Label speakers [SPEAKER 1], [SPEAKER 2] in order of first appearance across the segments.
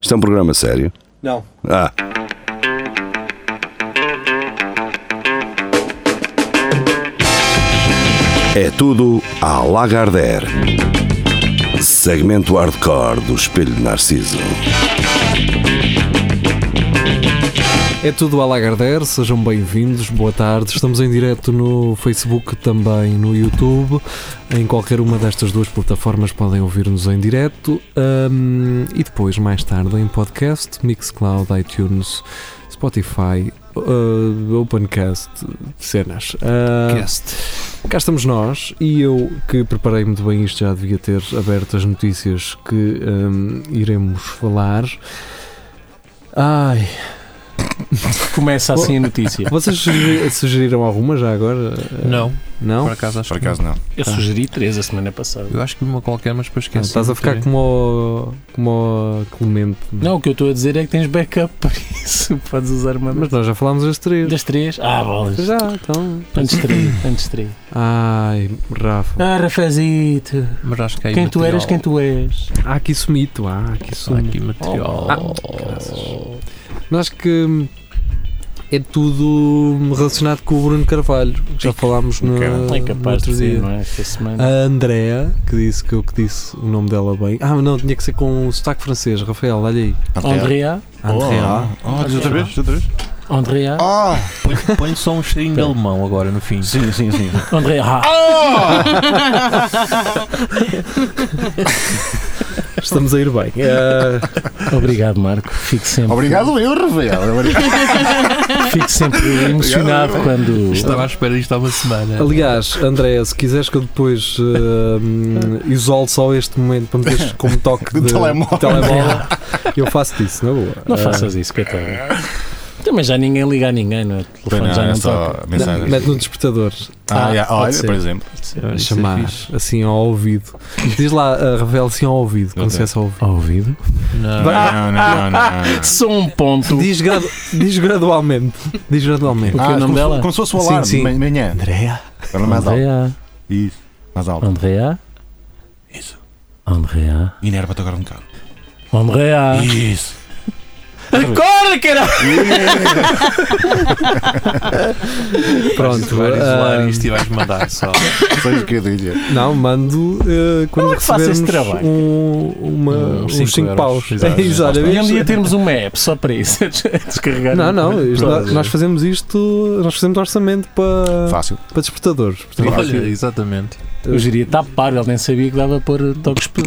[SPEAKER 1] Isto é um programa sério.
[SPEAKER 2] Não.
[SPEAKER 1] Ah, é tudo à Lagardère. Segmento hardcore do Espelho de Narciso.
[SPEAKER 3] É tudo a Lagardère, sejam bem-vindos, boa tarde. Estamos em direto no Facebook, também no YouTube. Em qualquer uma destas duas plataformas podem ouvir-nos em direto. Hum, e depois, mais tarde, em podcast, Mixcloud, iTunes, Spotify, uh, Opencast, cenas. Ah, Cá estamos nós e eu que preparei muito bem isto, já devia ter aberto as notícias que hum, iremos falar. Ai,
[SPEAKER 2] Começa assim a notícia.
[SPEAKER 3] vocês sugeri- sugeriram alguma já agora?
[SPEAKER 4] Não, por
[SPEAKER 3] Não?
[SPEAKER 4] acaso acho
[SPEAKER 5] Por acaso não.
[SPEAKER 2] Eu sugeri três a semana
[SPEAKER 4] que
[SPEAKER 2] passada.
[SPEAKER 4] Eu acho que vi uma qualquer, mas depois
[SPEAKER 3] Ah,
[SPEAKER 2] assim,
[SPEAKER 4] esqueci.
[SPEAKER 3] Estás a ficar como o, como o Clemente.
[SPEAKER 2] Não, o que eu estou a dizer é que tens backup para isso. Podes usar uma
[SPEAKER 3] Mas nós já falámos as três.
[SPEAKER 2] das três. Ah, bolas.
[SPEAKER 3] Já, então.
[SPEAKER 2] Antes três, antes três.
[SPEAKER 3] Ai, Rafa.
[SPEAKER 2] Ah, Rafazito,
[SPEAKER 4] Mas acho que há aí
[SPEAKER 2] quem tu
[SPEAKER 4] material.
[SPEAKER 2] eras, quem tu és.
[SPEAKER 3] Há aqui Ah, sumito, há
[SPEAKER 2] Ah,
[SPEAKER 3] aqui
[SPEAKER 4] Há
[SPEAKER 3] sumito.
[SPEAKER 4] aqui
[SPEAKER 3] Ah,
[SPEAKER 4] material.
[SPEAKER 3] Mas acho que hum, é tudo relacionado com o Bruno Carvalho, que já falámos no,
[SPEAKER 5] Caralho.
[SPEAKER 2] é
[SPEAKER 3] no
[SPEAKER 2] capaz
[SPEAKER 3] outro
[SPEAKER 2] de ser, não
[SPEAKER 3] dia.
[SPEAKER 2] é? Esta semana.
[SPEAKER 3] A Andrea, que disse que eu que disse o nome dela bem. Ah, não, tinha que ser com o sotaque francês, Rafael, olha aí.
[SPEAKER 5] Ah,
[SPEAKER 2] Andrea,
[SPEAKER 4] Ah,
[SPEAKER 3] Andrea.
[SPEAKER 5] Oh, diz outra vez? Diz outra vez?
[SPEAKER 2] Andrea,
[SPEAKER 5] Oh!
[SPEAKER 4] Põe- Põe só um cheirinho de alemão agora no fim.
[SPEAKER 5] Sim, sim, sim.
[SPEAKER 2] Andrea. ah.
[SPEAKER 3] Estamos a ir bem. Ah,
[SPEAKER 2] Obrigado, Marco. Fico sempre,
[SPEAKER 5] Obrigado eu, Rafael. Obrigado.
[SPEAKER 2] Fico sempre emocionado quando.
[SPEAKER 4] Estava à espera disto há uma semana.
[SPEAKER 3] Aliás, André, se quiseres que eu depois eh, hum, isole só este momento para meteres como toque
[SPEAKER 5] Do
[SPEAKER 3] de
[SPEAKER 5] telemóvel.
[SPEAKER 3] telemóvel, eu faço isso, na boa.
[SPEAKER 2] Não
[SPEAKER 3] Ah,
[SPEAKER 2] faças isso, coitado. Também já ninguém liga a ninguém, não é? O telefone já
[SPEAKER 5] Não,
[SPEAKER 2] não
[SPEAKER 5] é
[SPEAKER 2] toca.
[SPEAKER 5] só
[SPEAKER 3] não,
[SPEAKER 5] mensagem.
[SPEAKER 3] Eh, Mete no despertador,
[SPEAKER 5] Ah, yeah,
[SPEAKER 2] pode
[SPEAKER 5] olha,
[SPEAKER 2] ser.
[SPEAKER 5] por exemplo.
[SPEAKER 4] Olha, isso é
[SPEAKER 3] chamar
[SPEAKER 4] fixe.
[SPEAKER 3] assim ao ouvido. Diz lá, ah, revela assim ao ouvido, quando se é só ao ouvido.
[SPEAKER 2] Ao ouvido?
[SPEAKER 4] Não,
[SPEAKER 1] Ah!
[SPEAKER 5] Não, não, não, não.
[SPEAKER 2] Só um ponto.
[SPEAKER 3] Diz, gradu- diz gradualmente. Diz gradualmente.
[SPEAKER 2] O que é o nome
[SPEAKER 5] Ah, como se-
[SPEAKER 2] dela?
[SPEAKER 5] Como se fosse o
[SPEAKER 3] Sim,
[SPEAKER 5] alarme
[SPEAKER 3] sim.
[SPEAKER 5] de ma- manhã.
[SPEAKER 3] Andréa.
[SPEAKER 5] Agora é mais alto.
[SPEAKER 2] Andrea.
[SPEAKER 5] Isso. Mais
[SPEAKER 2] Ah.
[SPEAKER 5] alto.
[SPEAKER 2] Andrea.
[SPEAKER 5] Isso.
[SPEAKER 2] Andrea.
[SPEAKER 5] Inerva-te agora um bocado.
[SPEAKER 2] Andrea.
[SPEAKER 5] Isso.
[SPEAKER 2] Acorda, caralho!
[SPEAKER 3] Pronto.
[SPEAKER 4] Tu vais
[SPEAKER 3] ah,
[SPEAKER 4] isolar é isto e vais mandar só.
[SPEAKER 5] Seis bocadilha.
[SPEAKER 3] Não, mando eh, quando
[SPEAKER 2] que faça esse
[SPEAKER 3] recebermos
[SPEAKER 2] trabalho.
[SPEAKER 3] um, uma,
[SPEAKER 4] Uns
[SPEAKER 3] uns
[SPEAKER 4] cinco
[SPEAKER 3] 5
[SPEAKER 4] euros.
[SPEAKER 3] paus.
[SPEAKER 4] Exato.
[SPEAKER 3] Exato.
[SPEAKER 2] E um dia termos uma app só para isso. Descarregar. um
[SPEAKER 3] Não, não, isto-
[SPEAKER 2] Pronto.
[SPEAKER 3] nós fazemos isto, nós fazemos orçamento para,
[SPEAKER 5] Fácil.
[SPEAKER 3] para despertadores. portanto,
[SPEAKER 4] Olha, exatamente.
[SPEAKER 2] O geria está par, ele nem sabia que dava por toques. pe-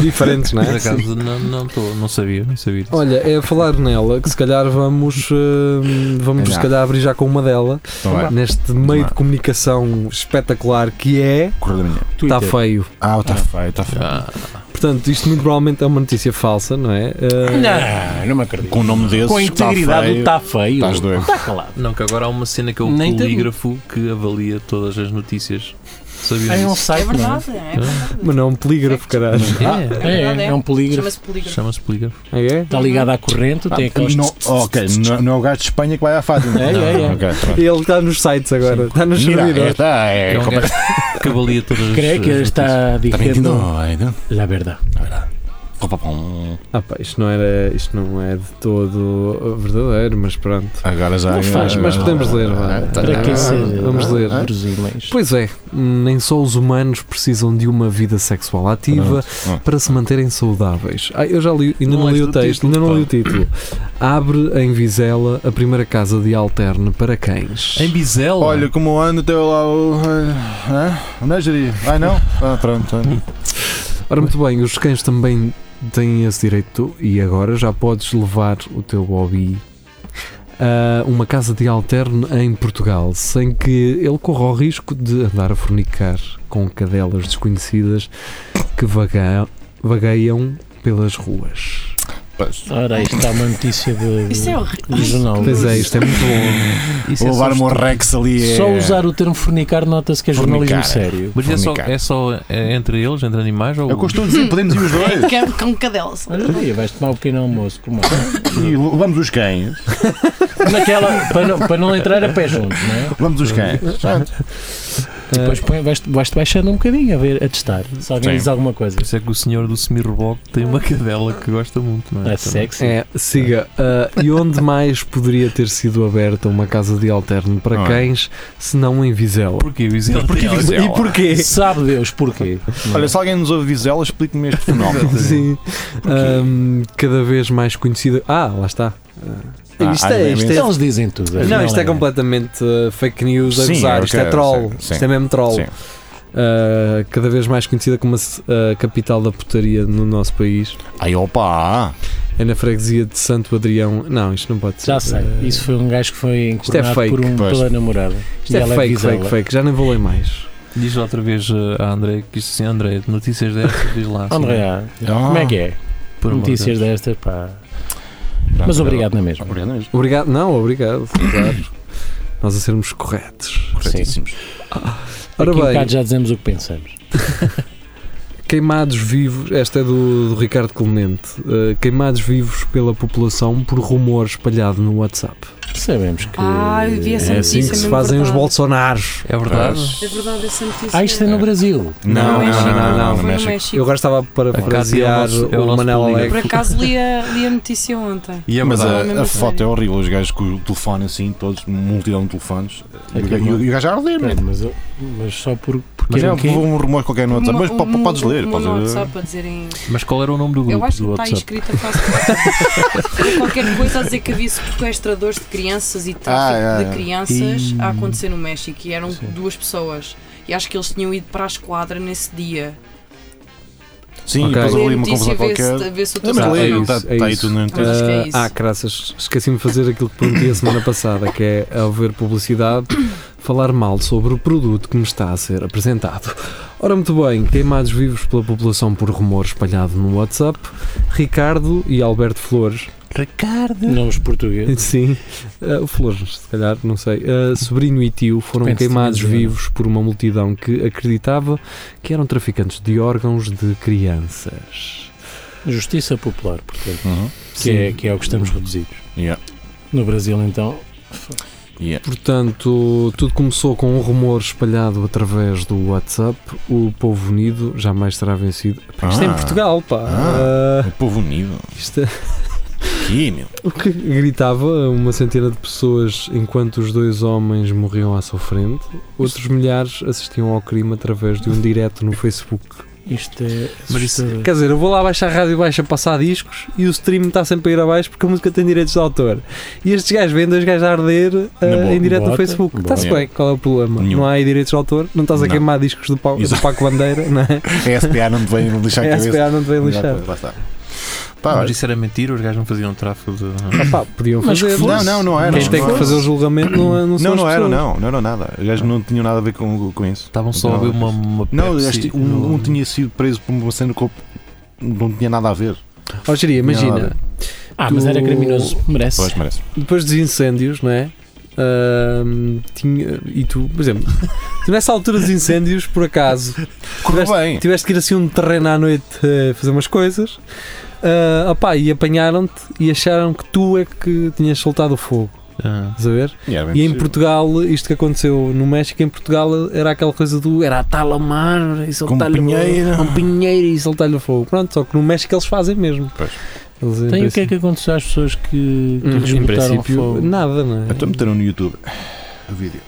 [SPEAKER 3] diferentes, não
[SPEAKER 4] Por
[SPEAKER 3] é?
[SPEAKER 4] acaso não, não, tô- não sabia, não sabia disso.
[SPEAKER 3] Olha, é a falar nela que se calhar vamos, eh, vamos
[SPEAKER 5] Não.
[SPEAKER 3] se calhar abrir já com uma dela
[SPEAKER 5] Então vai.
[SPEAKER 3] neste meio
[SPEAKER 5] lá.
[SPEAKER 3] de comunicação espetacular que é
[SPEAKER 5] Correr da manhã.
[SPEAKER 3] está
[SPEAKER 2] Twitter.
[SPEAKER 3] feio.
[SPEAKER 5] Ah, está feio, está feio.
[SPEAKER 4] Ah,
[SPEAKER 3] Portanto, isto muito provavelmente é uma notícia falsa, não é? Eh,
[SPEAKER 2] Não, não me acredito.
[SPEAKER 5] Com o nome tá desse.
[SPEAKER 2] Com a integridade do
[SPEAKER 5] está
[SPEAKER 2] está feio.
[SPEAKER 5] Estás doido.
[SPEAKER 2] Está calado.
[SPEAKER 4] não, que agora há uma cena que é o
[SPEAKER 2] Nem tem-
[SPEAKER 4] polígrafo que avalia todas as notícias. Sabias
[SPEAKER 2] É um
[SPEAKER 4] disso?
[SPEAKER 2] site,
[SPEAKER 6] É
[SPEAKER 2] não
[SPEAKER 6] verdade, é verdade.
[SPEAKER 3] mas não, um polígrafo, caralho.
[SPEAKER 4] É,
[SPEAKER 2] é? É, é um polígrafo.
[SPEAKER 6] Chama-se Ah, polígrafo.
[SPEAKER 4] chama-se polígrafo.
[SPEAKER 3] Ah, é?
[SPEAKER 2] Está ligado à corrente, tem aqueles.
[SPEAKER 5] feio. Ah, Não- Ok, não- não é o gajo de Espanha que vai à Fátima.
[SPEAKER 2] É, é, é.
[SPEAKER 5] Ok, pronto.
[SPEAKER 3] Ele está nos sites agora, está nos
[SPEAKER 5] Mira,
[SPEAKER 3] servidores.
[SPEAKER 5] esta é
[SPEAKER 4] É um
[SPEAKER 5] completamente
[SPEAKER 4] gajo que avalia todas as
[SPEAKER 2] Creio que
[SPEAKER 4] as notícias.
[SPEAKER 2] está dizendo
[SPEAKER 5] doido.
[SPEAKER 2] a verdade.
[SPEAKER 6] é.
[SPEAKER 3] Ah pá, isto não, era, isto não é de todo verdadeiro, mas pronto.
[SPEAKER 5] Agora já. é- Ah, tá.
[SPEAKER 2] Não faz,
[SPEAKER 3] mas podemos ler, vá.
[SPEAKER 6] Tá.
[SPEAKER 2] Para que é ser
[SPEAKER 3] Vamos ler.
[SPEAKER 2] Brusileiros.
[SPEAKER 3] Pois é, nem só os humanos precisam de uma vida sexual ativa
[SPEAKER 5] Ah.
[SPEAKER 3] para se manterem saudáveis. Ah, eu já li, ainda
[SPEAKER 4] Não
[SPEAKER 3] não, li
[SPEAKER 4] leste
[SPEAKER 3] o
[SPEAKER 4] o
[SPEAKER 3] texto,
[SPEAKER 4] título,
[SPEAKER 3] ainda não
[SPEAKER 4] pá.
[SPEAKER 3] li o título. Abre em Vizela a primeira casa de alterne para cães.
[SPEAKER 4] Em Bizela?
[SPEAKER 5] Olha, como anda até lá o. Hã? Onde é Jeri? Ai não? Ah, pronto.
[SPEAKER 3] Ora, muito bem, os cães também têm esse direito e agora já podes levar o teu hobby a uma casa de alterno em Portugal, sem que ele corra o risco de andar a fornicar com cadelas desconhecidas que vaga- vagueiam pelas ruas.
[SPEAKER 5] Pois.
[SPEAKER 2] Ora, isto está uma notícia de.
[SPEAKER 6] Isto é
[SPEAKER 2] de
[SPEAKER 6] horrível.
[SPEAKER 2] jornal.
[SPEAKER 3] Pois é, isto é muito bom.
[SPEAKER 4] Isso
[SPEAKER 5] Vou
[SPEAKER 4] é
[SPEAKER 5] levar
[SPEAKER 4] só
[SPEAKER 5] o
[SPEAKER 6] um
[SPEAKER 5] meu
[SPEAKER 4] estu-
[SPEAKER 5] Rex ali. é-
[SPEAKER 2] Só usar o termo fornicar nota-se que é jornalismo
[SPEAKER 5] Fornicar.
[SPEAKER 2] sério.
[SPEAKER 4] Mas é só,
[SPEAKER 5] Fornicar.
[SPEAKER 4] é só é entre eles, entre animais?
[SPEAKER 6] É
[SPEAKER 4] Ou...
[SPEAKER 5] Eu costumo dizer, podemos ir os dois.
[SPEAKER 6] Cão-
[SPEAKER 7] um
[SPEAKER 6] Cão cadelas.
[SPEAKER 2] Olha, vais tomar o pino almoço. Como
[SPEAKER 5] E levamos os cães.
[SPEAKER 2] Naquela, para, não, para não entrar a pé junto, não é? Ah,
[SPEAKER 5] Levamos os cães. Pronto.
[SPEAKER 2] Depois põe- vais-te vais baixando um bocadinho a ver, a testar. Se alguém
[SPEAKER 6] Sim.
[SPEAKER 2] diz alguma coisa.
[SPEAKER 4] Por isso é que o senhor do semi-reboque tem uma cadela que gosta muito, não é?
[SPEAKER 2] É
[SPEAKER 4] Também.
[SPEAKER 2] sexy.
[SPEAKER 3] É, siga. Ah, e onde mais poderia ter sido aberta uma casa de alterno para
[SPEAKER 6] Não é?
[SPEAKER 3] cães, se não em Vizela?
[SPEAKER 4] Porquê, Vizela?
[SPEAKER 6] Porquê Vizela?
[SPEAKER 3] E porquê?
[SPEAKER 2] Sabe Deus porquê.
[SPEAKER 5] Olha, se alguém nos ouve Vizela, explique-me este fenómeno.
[SPEAKER 3] Sim. Ahm, cada vez mais conhecida. Ah, lá está. Ah,
[SPEAKER 6] Ah,
[SPEAKER 3] isto
[SPEAKER 6] ah,
[SPEAKER 3] é,
[SPEAKER 6] é
[SPEAKER 3] isto é,
[SPEAKER 6] mesmo.
[SPEAKER 2] Eles dizem tudo.
[SPEAKER 3] não, isto é
[SPEAKER 2] afinal,
[SPEAKER 3] completamente uh, fake news a
[SPEAKER 6] Sim,
[SPEAKER 3] gozar.
[SPEAKER 6] eu
[SPEAKER 3] Isto é
[SPEAKER 6] quero,
[SPEAKER 3] troll.
[SPEAKER 6] sim, sim.
[SPEAKER 3] Isto é mesmo troll.
[SPEAKER 6] Sim.
[SPEAKER 3] Uh, cada vez mais conhecida como a c- a capital da putaria no nosso país.
[SPEAKER 6] Ai, opa!
[SPEAKER 3] É na freguesia de Santo Adrião. Não, isto não pode ser.
[SPEAKER 2] Já sei.
[SPEAKER 3] Uh,
[SPEAKER 2] Isso foi um gajo que foi
[SPEAKER 3] é
[SPEAKER 2] encornado
[SPEAKER 3] fake,
[SPEAKER 2] por um,
[SPEAKER 6] pois.
[SPEAKER 2] pela namorada.
[SPEAKER 3] Isto
[SPEAKER 2] E
[SPEAKER 3] é
[SPEAKER 2] ela
[SPEAKER 3] fake,
[SPEAKER 2] diz
[SPEAKER 3] fake,
[SPEAKER 2] ela.
[SPEAKER 3] fake. Já nem vou ler mais.
[SPEAKER 4] Diz lá outra vez eh, à André que isto assim, André, notícias destas, diz lá. assim,
[SPEAKER 2] André, ah, como é que é?
[SPEAKER 4] por amor de
[SPEAKER 2] Notícias
[SPEAKER 4] Deus.
[SPEAKER 2] destas, pá.
[SPEAKER 6] Ah,
[SPEAKER 2] Mas obrigado é na mesma.
[SPEAKER 6] Obrigado mesmo.
[SPEAKER 3] Obrigado. Não, obrigado. Claro. Nós a sermos corretos.
[SPEAKER 6] Corretíssimos.
[SPEAKER 3] Ora
[SPEAKER 2] Aqui um
[SPEAKER 3] bem,
[SPEAKER 2] bocado já dizemos o que pensamos.
[SPEAKER 3] queimados vivos. Esta é do, do Ricardo Clemente. Uh, queimados vivos pela população por rumor espalhado no WhatsApp.
[SPEAKER 2] Sabemos que.
[SPEAKER 7] Ah, eu vi essa
[SPEAKER 2] é
[SPEAKER 3] Assim
[SPEAKER 2] assim
[SPEAKER 7] notícia
[SPEAKER 3] que se
[SPEAKER 7] mesmo
[SPEAKER 3] fazem os
[SPEAKER 7] verdade.
[SPEAKER 3] Bolsonaros.
[SPEAKER 4] É verdade?
[SPEAKER 7] É verdade, essa notícia.
[SPEAKER 2] Ah, isto é no Brasil.
[SPEAKER 6] Não,
[SPEAKER 7] é
[SPEAKER 6] não, não, não, não, no
[SPEAKER 7] Foi no
[SPEAKER 6] México.
[SPEAKER 7] México.
[SPEAKER 3] Eu agora estava para
[SPEAKER 4] Cátia é o
[SPEAKER 3] frasear
[SPEAKER 4] nosso- é o
[SPEAKER 3] o,
[SPEAKER 4] nosso
[SPEAKER 3] Manel
[SPEAKER 4] polígono.
[SPEAKER 7] Por
[SPEAKER 3] Alegre.
[SPEAKER 7] acaso li a, li a notícia ontem.
[SPEAKER 6] E é, mas
[SPEAKER 7] Mas é a
[SPEAKER 6] a,
[SPEAKER 7] mesma
[SPEAKER 6] a foto
[SPEAKER 7] cena.
[SPEAKER 6] é horrível, os gajos com o telefone assim, todos, multidão de telefones. E o
[SPEAKER 2] que
[SPEAKER 6] gajo- e o gajo a arder,
[SPEAKER 2] Pronto,
[SPEAKER 6] mesmo.
[SPEAKER 2] mas, eu- mas só por, porque
[SPEAKER 6] Mas é
[SPEAKER 2] era um quê?
[SPEAKER 6] um rumor qualquer no WhatsApp. Mas
[SPEAKER 7] um
[SPEAKER 6] po- po- podes ler, podes
[SPEAKER 7] Só
[SPEAKER 6] ler.
[SPEAKER 7] para dizerem.
[SPEAKER 4] Mas qual era o nome do grupo
[SPEAKER 7] Eu acho
[SPEAKER 4] do
[SPEAKER 7] que tá está
[SPEAKER 4] WhatsApp?
[SPEAKER 7] escrito a face qualquer coisa a dizer que havia sequestradores de crianças e tráfico
[SPEAKER 6] Ah, é, é.
[SPEAKER 7] de crianças a acontecer no México e eram duas pessoas. E acho que eles tinham ido para a esquadra nesse dia.
[SPEAKER 6] Sim,
[SPEAKER 3] Ok.
[SPEAKER 6] e depois
[SPEAKER 7] Lê a
[SPEAKER 6] ali uma conversa
[SPEAKER 7] notícia a ver se-
[SPEAKER 6] qualquer.
[SPEAKER 7] a ver se o
[SPEAKER 6] Não,
[SPEAKER 7] teu
[SPEAKER 6] mas
[SPEAKER 3] Ah,
[SPEAKER 7] sabe
[SPEAKER 6] lê,
[SPEAKER 7] ou não.
[SPEAKER 6] está
[SPEAKER 3] isso, é
[SPEAKER 6] aí
[SPEAKER 3] isso.
[SPEAKER 6] tudo no
[SPEAKER 7] Mas acho que é
[SPEAKER 3] Ah,
[SPEAKER 7] isso.
[SPEAKER 3] ah, graças, esqueci-me de fazer aquilo que prometi a semana passada, que é ao ver publicidade, falar mal sobre o produto que me está a ser apresentado. Ora, muito bem, queimados vivos pela população por rumor espalhado no WhatsApp, Ricardo e Alberto Flores,
[SPEAKER 2] Ricardo. Nomes portugueses.
[SPEAKER 3] sim, ah, o Flores, se calhar, não sei, ah, sobrinho e tio foram
[SPEAKER 2] Penso que
[SPEAKER 3] queimados
[SPEAKER 2] tinha de ver.
[SPEAKER 3] vivos por uma multidão que acreditava que eram traficantes de órgãos de crianças.
[SPEAKER 2] Justiça popular, portanto.
[SPEAKER 6] Uhum.
[SPEAKER 2] Que é, que é o que estamos reduzidos.
[SPEAKER 6] Yeah.
[SPEAKER 2] No Brasil, então,
[SPEAKER 3] Portanto, tudo começou com um rumor espalhado através do WhatsApp. O povo unido jamais será vencido. Pá, Isto é em
[SPEAKER 6] Ah.
[SPEAKER 3] Portugal, pá.
[SPEAKER 6] Ah.
[SPEAKER 3] Ah,
[SPEAKER 6] O povo unido.
[SPEAKER 3] isto é-
[SPEAKER 6] Aqui, meu.
[SPEAKER 3] O que gritava uma centena de pessoas enquanto os dois homens morriam à sua frente. Outros milhares assistiam ao crime através de um direto no Facebook.
[SPEAKER 2] isto é.
[SPEAKER 4] Mas isso-
[SPEAKER 2] assustador.
[SPEAKER 3] Quer dizer, eu vou lá baixar a rádio e baixo a passar discos e o stream está sempre a ir abaixo porque a música tem direitos de autor. E estes gajos vêm dois gajos a arder ah,
[SPEAKER 6] boa.
[SPEAKER 3] em direto no
[SPEAKER 2] Bota,
[SPEAKER 3] Facebook.
[SPEAKER 2] bota.
[SPEAKER 3] Está-se bem, qual é o problema?
[SPEAKER 6] Nenhum.
[SPEAKER 3] Não há aí direitos de autor, não estás a
[SPEAKER 6] Não.
[SPEAKER 3] queimar discos do, Pau, do
[SPEAKER 6] Exato.
[SPEAKER 3] Paco Bandeira, não é?
[SPEAKER 6] A SPA não te vem lixar a é
[SPEAKER 3] A
[SPEAKER 6] cabeça.
[SPEAKER 3] SPA não te vem lixar.
[SPEAKER 6] Lá está.
[SPEAKER 4] Ah,
[SPEAKER 6] Pá,
[SPEAKER 4] mas isso era mentira, os gajos não faziam tráfego de.
[SPEAKER 3] Ah pá, podiam
[SPEAKER 2] Mas
[SPEAKER 3] fazer.
[SPEAKER 2] que fosse.
[SPEAKER 6] Não, não, não era.
[SPEAKER 3] Quem tem que fazer o julgamento não, é- não são
[SPEAKER 6] Não,
[SPEAKER 3] as
[SPEAKER 6] não era,
[SPEAKER 3] pessoas.
[SPEAKER 6] não. Não era nada. Os gajos não tinham nada a ver com, com isso.
[SPEAKER 4] Estavam só a ver uma, uma
[SPEAKER 6] Não,
[SPEAKER 4] Pepsi
[SPEAKER 6] este-
[SPEAKER 4] no-
[SPEAKER 6] um, um tinha sido preso por uma cena que eu- não tinha nada a ver.
[SPEAKER 3] Ó, Jeria, imagina,
[SPEAKER 6] Nada.
[SPEAKER 2] Ah, mas
[SPEAKER 3] Tu-
[SPEAKER 2] era criminoso. Merece.
[SPEAKER 6] Pois, merece.
[SPEAKER 3] depois dos incêndios, não é? Ahm, tinha, e tu, por exemplo, tu nessa altura dos incêndios, por acaso,
[SPEAKER 6] Correu
[SPEAKER 3] Tiveste-
[SPEAKER 6] bem.
[SPEAKER 3] Tiveste que ir assim um terreno à noite eh, fazer umas coisas. Ah, opá, e apanharam-te e acharam que tu é que tinhas soltado o fogo,
[SPEAKER 4] Ah.
[SPEAKER 3] estás a ver?
[SPEAKER 6] E, é era bem
[SPEAKER 3] E em
[SPEAKER 6] possível.
[SPEAKER 3] Portugal, isto que aconteceu no México, em Portugal era aquela coisa do era atar a mar e soltar-lhe o
[SPEAKER 6] pinheiro.
[SPEAKER 3] Um pinheiro e soltar-lhe o fogo. Pronto, só que no México eles fazem mesmo.
[SPEAKER 6] Pois.
[SPEAKER 3] Eles, em
[SPEAKER 2] Tem o que é
[SPEAKER 3] princípio-
[SPEAKER 2] que aconteceu às pessoas que, que
[SPEAKER 3] Hum,
[SPEAKER 2] lhes
[SPEAKER 3] em
[SPEAKER 2] botaram
[SPEAKER 3] princípio,
[SPEAKER 2] fogo?
[SPEAKER 3] nada, não é?
[SPEAKER 6] Então meteram no YouTube o vídeo.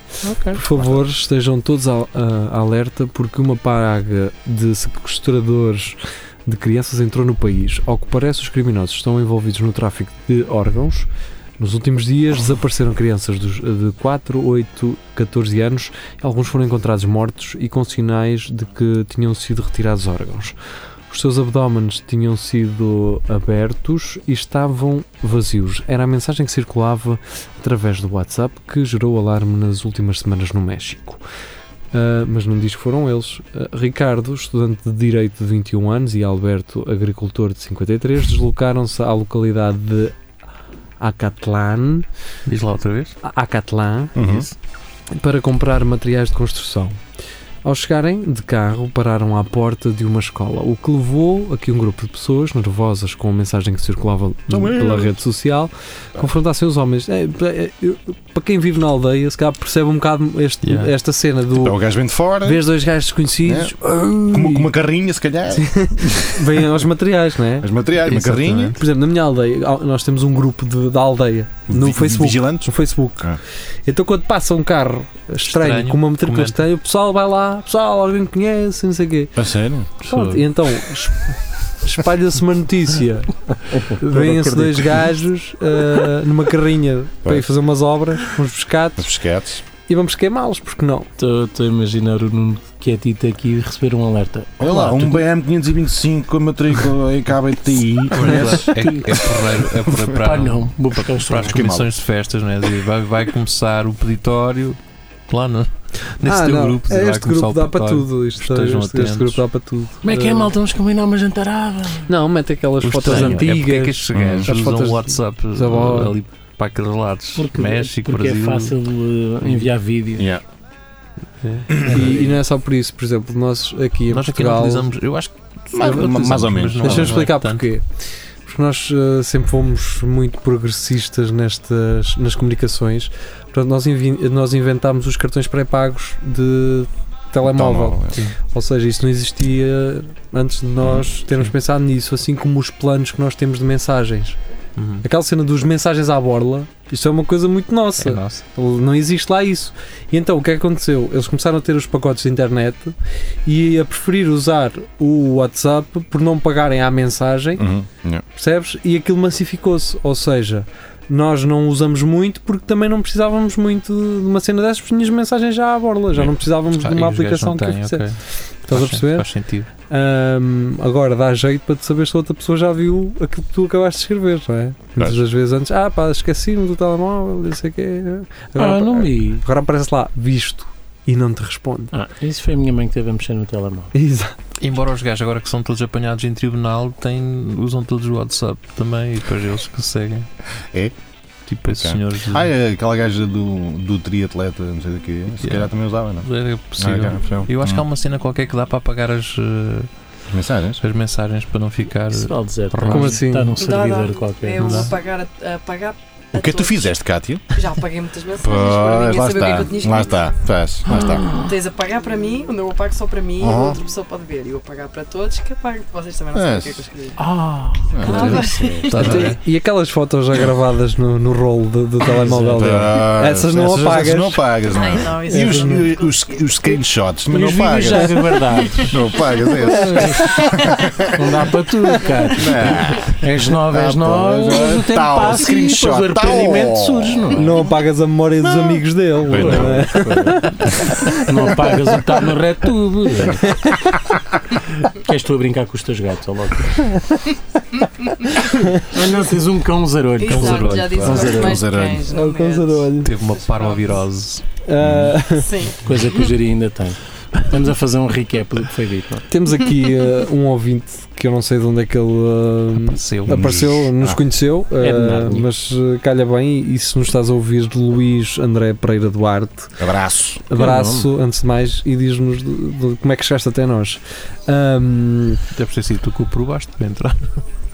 [SPEAKER 3] Por favor, estejam todos al- ah, alerta porque uma praga de sequestradores de crianças entrou no país. Ao que parece, os criminosos estão envolvidos no tráfico de órgãos. Nos últimos dias desapareceram crianças dos, de 4, 8, 14 anos. Alguns foram encontrados mortos e com sinais de que tinham sido retirados órgãos. Os seus abdómenes tinham sido abertos e estavam vazios. Era a mensagem que circulava através do WhatsApp que gerou alarme nas últimas semanas no México. Ah, mas não diz que foram eles. Ah, Ricardo, estudante de Direito de 21 anos, e Alberto, agricultor de 53, deslocaram-se à localidade de Acatlán,
[SPEAKER 4] Diz lá outra vez.
[SPEAKER 3] Acatlán
[SPEAKER 6] Uhum.
[SPEAKER 4] Isso.
[SPEAKER 3] para comprar materiais de construção. Ao chegarem de carro, pararam à porta de uma escola, o que levou a que um grupo de pessoas, nervosas com a mensagem que circulava
[SPEAKER 5] São
[SPEAKER 3] pela
[SPEAKER 5] eles.
[SPEAKER 3] rede social, confrontassem os homens. É, é, eu- para quem vive na aldeia, se calhar percebe um bocado este-
[SPEAKER 4] Yeah.
[SPEAKER 3] esta cena
[SPEAKER 5] Então né? o
[SPEAKER 3] do.
[SPEAKER 5] gajo vem de fora,
[SPEAKER 3] Vês dois gajos desconhecidos,
[SPEAKER 5] com uma, com uma carrinha, se calhar.
[SPEAKER 3] vêm aos materiais, não é?
[SPEAKER 5] Os materiais, uma
[SPEAKER 4] Exatamente.
[SPEAKER 5] carrinha.
[SPEAKER 3] Por exemplo, na minha aldeia, ao- nós temos um grupo de- da aldeia no
[SPEAKER 5] Um vi-
[SPEAKER 3] Facebook.
[SPEAKER 5] Vigilantes.
[SPEAKER 3] No Facebook.
[SPEAKER 5] Ah.
[SPEAKER 3] Então quando passa um carro estranho,
[SPEAKER 4] Estranho,
[SPEAKER 3] com uma matrícula
[SPEAKER 4] comenta.
[SPEAKER 3] estranha, o pessoal vai lá, pessoal, alguém me conhece, não sei o quê.
[SPEAKER 6] A sério?
[SPEAKER 3] Pronto, e então es- espalha-se uma notícia. Vêm-se dois gajos ah, numa carrinha para ir fazer umas obras, uns pescados,
[SPEAKER 5] Os pescados.
[SPEAKER 3] e vamos queimá-los, porque não?
[SPEAKER 2] Estou estou a imaginar o Nuno quietito aqui e receber um alerta.
[SPEAKER 5] Olha lá, um BM525 com a matrícula em cabo TI.
[SPEAKER 4] É, é porreiro, é porreiro para,
[SPEAKER 2] Pá, não, vou para cá o
[SPEAKER 4] para as comissões de festas, não é? Dizer, Vai, vai começar o peditório lá no, nesse
[SPEAKER 3] ah,
[SPEAKER 4] teu
[SPEAKER 3] não,
[SPEAKER 4] grupo. dizer, vai
[SPEAKER 3] este
[SPEAKER 4] começar
[SPEAKER 3] grupo
[SPEAKER 4] o
[SPEAKER 3] dá para
[SPEAKER 4] peditório.
[SPEAKER 3] tudo. Isto,
[SPEAKER 4] Estejam
[SPEAKER 3] este, este
[SPEAKER 4] atentos.
[SPEAKER 3] grupo dá para tudo.
[SPEAKER 2] Como é que é,
[SPEAKER 3] Ah,
[SPEAKER 2] malta? Vamos combinar uma jantarada.
[SPEAKER 3] Não, mete aquelas
[SPEAKER 4] Os
[SPEAKER 3] fotos
[SPEAKER 4] estranhos. É porque é que
[SPEAKER 3] antigas.
[SPEAKER 4] estes gajos
[SPEAKER 3] Hum. As
[SPEAKER 4] usam
[SPEAKER 3] fotos
[SPEAKER 4] o WhatsApp uh,
[SPEAKER 3] da bola.
[SPEAKER 4] ali para aqueles lados?
[SPEAKER 2] Porque,
[SPEAKER 4] México,
[SPEAKER 2] porque
[SPEAKER 4] Brasil.
[SPEAKER 2] é fácil eh, enviar vídeo.
[SPEAKER 6] Yeah.
[SPEAKER 3] E, e não é só por isso, por exemplo, nós aqui em
[SPEAKER 4] Nós aqui não
[SPEAKER 3] Portugal.
[SPEAKER 4] utilizamos. Eu acho que.
[SPEAKER 6] Mais-
[SPEAKER 4] utilizamos,
[SPEAKER 6] mais ou menos.
[SPEAKER 4] mas não-
[SPEAKER 3] Deixa-me
[SPEAKER 4] não é
[SPEAKER 3] explicar
[SPEAKER 4] tanto.
[SPEAKER 3] porquê. Porque nós eh, sempre fomos muito progressistas nestas, nas comunicações. Portanto, nós, invi- nós inventámos os cartões pré-pagos de telemóvel. Ou seja, isso não existia antes de nós
[SPEAKER 4] Hum,
[SPEAKER 3] termos pensado nisso, assim como os planos que nós temos de mensagens.
[SPEAKER 4] Uhum.
[SPEAKER 3] Aquela cena dos mensagens à borla, isto é uma coisa muito nossa.
[SPEAKER 4] É nosso.
[SPEAKER 3] Não existe lá isso. E então o que é que aconteceu? Eles começaram a ter os pacotes de internet e a preferir usar o WhatsApp por não pagarem à mensagem,
[SPEAKER 5] Uhum, yeah.
[SPEAKER 3] percebes? E aquilo massificou-se. Ou seja, nós não usamos muito porque também não precisávamos muito de uma cena dessas, porque tinhas mensagens já à borla, já não precisávamos
[SPEAKER 4] Ah,
[SPEAKER 3] de
[SPEAKER 4] e
[SPEAKER 3] uma
[SPEAKER 4] os gajos não
[SPEAKER 3] aplicação que
[SPEAKER 4] têm,
[SPEAKER 3] fizesse.
[SPEAKER 4] ok.
[SPEAKER 3] Estás a
[SPEAKER 4] Faz
[SPEAKER 3] perceber?
[SPEAKER 4] sen- Faz sentido.
[SPEAKER 3] Hum, agora dá jeito para te saber se outra pessoa já viu aquilo que tu acabaste de escrever, não é? Muitas das vezes antes, ah pá, esqueci-me do telemóvel, não sei o quê. Agora,
[SPEAKER 2] Ah, não vi.
[SPEAKER 3] Agora aparece lá, visto, e não te responde.
[SPEAKER 2] Ah, isso foi a minha mãe que teve a mexer no telemóvel.
[SPEAKER 3] Exato.
[SPEAKER 4] Embora os gajos agora que são todos apanhados em tribunal têm, usam todos o WhatsApp também e depois eles que seguem.
[SPEAKER 5] É?
[SPEAKER 4] Tipo esses
[SPEAKER 5] Ok.
[SPEAKER 4] senhores. de-
[SPEAKER 5] Ah, é aquela gaja do, do triatleta, não sei do quê. Se
[SPEAKER 4] Yeah.
[SPEAKER 5] calhar também usava, não?
[SPEAKER 4] É possível.
[SPEAKER 5] Ah, ok,
[SPEAKER 4] Eu acho que há
[SPEAKER 5] hum.
[SPEAKER 4] uma cena qualquer que dá para apagar as, eh,
[SPEAKER 5] Mensagens?
[SPEAKER 4] as mensagens para não ficar.
[SPEAKER 2] Isso vale dizer.
[SPEAKER 4] Como
[SPEAKER 2] está-
[SPEAKER 3] assim?
[SPEAKER 2] Está num
[SPEAKER 7] Dá, É
[SPEAKER 2] servidor
[SPEAKER 7] dá.
[SPEAKER 2] qualquer. é?
[SPEAKER 7] Eu
[SPEAKER 4] Não dá.
[SPEAKER 7] vou pagar a, a pagar.
[SPEAKER 5] O que é que tu
[SPEAKER 7] fiz?
[SPEAKER 5] fizeste, Cátia?
[SPEAKER 7] Já apaguei muitas mensagens. agora
[SPEAKER 5] Pois,
[SPEAKER 7] ninguém
[SPEAKER 5] lá
[SPEAKER 7] sabe o que é que eu tinha
[SPEAKER 5] está. Lá
[SPEAKER 7] escrito.
[SPEAKER 5] está. Faz, lá está.
[SPEAKER 7] Tens a pagar para mim, onde eu apago só para mim,
[SPEAKER 5] Uhum.
[SPEAKER 7] a outra pessoa pode ver. E eu apagar para todos, que apago. Vocês também não sabem
[SPEAKER 5] É.
[SPEAKER 7] o que é que eu escrevi.
[SPEAKER 2] Ah,
[SPEAKER 5] Ah,
[SPEAKER 4] Estás a ver?
[SPEAKER 3] E aquelas fotos já gravadas no, no rolo do, do telemóvel dele?
[SPEAKER 5] tá.
[SPEAKER 3] Essas não
[SPEAKER 5] essas,
[SPEAKER 3] apagas.
[SPEAKER 5] Essas não apagas, não.
[SPEAKER 7] Ai, não, isso
[SPEAKER 5] E
[SPEAKER 7] é
[SPEAKER 5] os,
[SPEAKER 7] muito
[SPEAKER 5] e os, os screenshots, mas
[SPEAKER 2] e
[SPEAKER 5] não
[SPEAKER 2] os vídeos já
[SPEAKER 5] pagas.
[SPEAKER 2] guardados.
[SPEAKER 5] Não pagas esses.
[SPEAKER 2] é Não dá para tudo, cara. És nova, és
[SPEAKER 5] Ah,
[SPEAKER 2] nova,
[SPEAKER 5] pois,
[SPEAKER 2] mas o tempo
[SPEAKER 5] tal,
[SPEAKER 2] passa e depois
[SPEAKER 5] screenshot,
[SPEAKER 2] o arrependimento
[SPEAKER 5] tal.
[SPEAKER 2] surge, não é?
[SPEAKER 3] Não apagas a memória dos amigos dele.
[SPEAKER 5] Pois não.
[SPEAKER 3] não é?
[SPEAKER 2] Não pagas o que está no RedTube. Queres tu a brincar com os teus gatos, ó logo. Ah, não, tens um cão zarolho. Cão
[SPEAKER 7] Exato,
[SPEAKER 2] zarolho.
[SPEAKER 7] já disse
[SPEAKER 2] Cão
[SPEAKER 7] gosto
[SPEAKER 2] zarolho.
[SPEAKER 7] mais de
[SPEAKER 5] Zarolho.
[SPEAKER 7] cães.
[SPEAKER 3] É o
[SPEAKER 7] não metes.
[SPEAKER 3] cansaroalho.
[SPEAKER 4] Teve uma parvovirose.
[SPEAKER 3] Ah,
[SPEAKER 7] Sim.
[SPEAKER 2] Coisa que o Jari ainda tem. Estamos a fazer um recap do que foi dito. não é?
[SPEAKER 3] temos aqui ah, um ouvinte que eu não sei de onde é que ele ah,
[SPEAKER 4] Apareceu.
[SPEAKER 3] apareceu, nos
[SPEAKER 5] Ah.
[SPEAKER 3] conheceu,
[SPEAKER 2] É de
[SPEAKER 3] ah,
[SPEAKER 2] Nárnia.
[SPEAKER 3] mas ah, calha bem. E se nos estás a ouvir, Luís André Pereira Duarte,
[SPEAKER 5] Abraço.
[SPEAKER 3] é abraço antes de mais e diz-nos de- de como é que chegaste até nós. Ahm,
[SPEAKER 4] Deve ter sido tu que o provaste para entrar.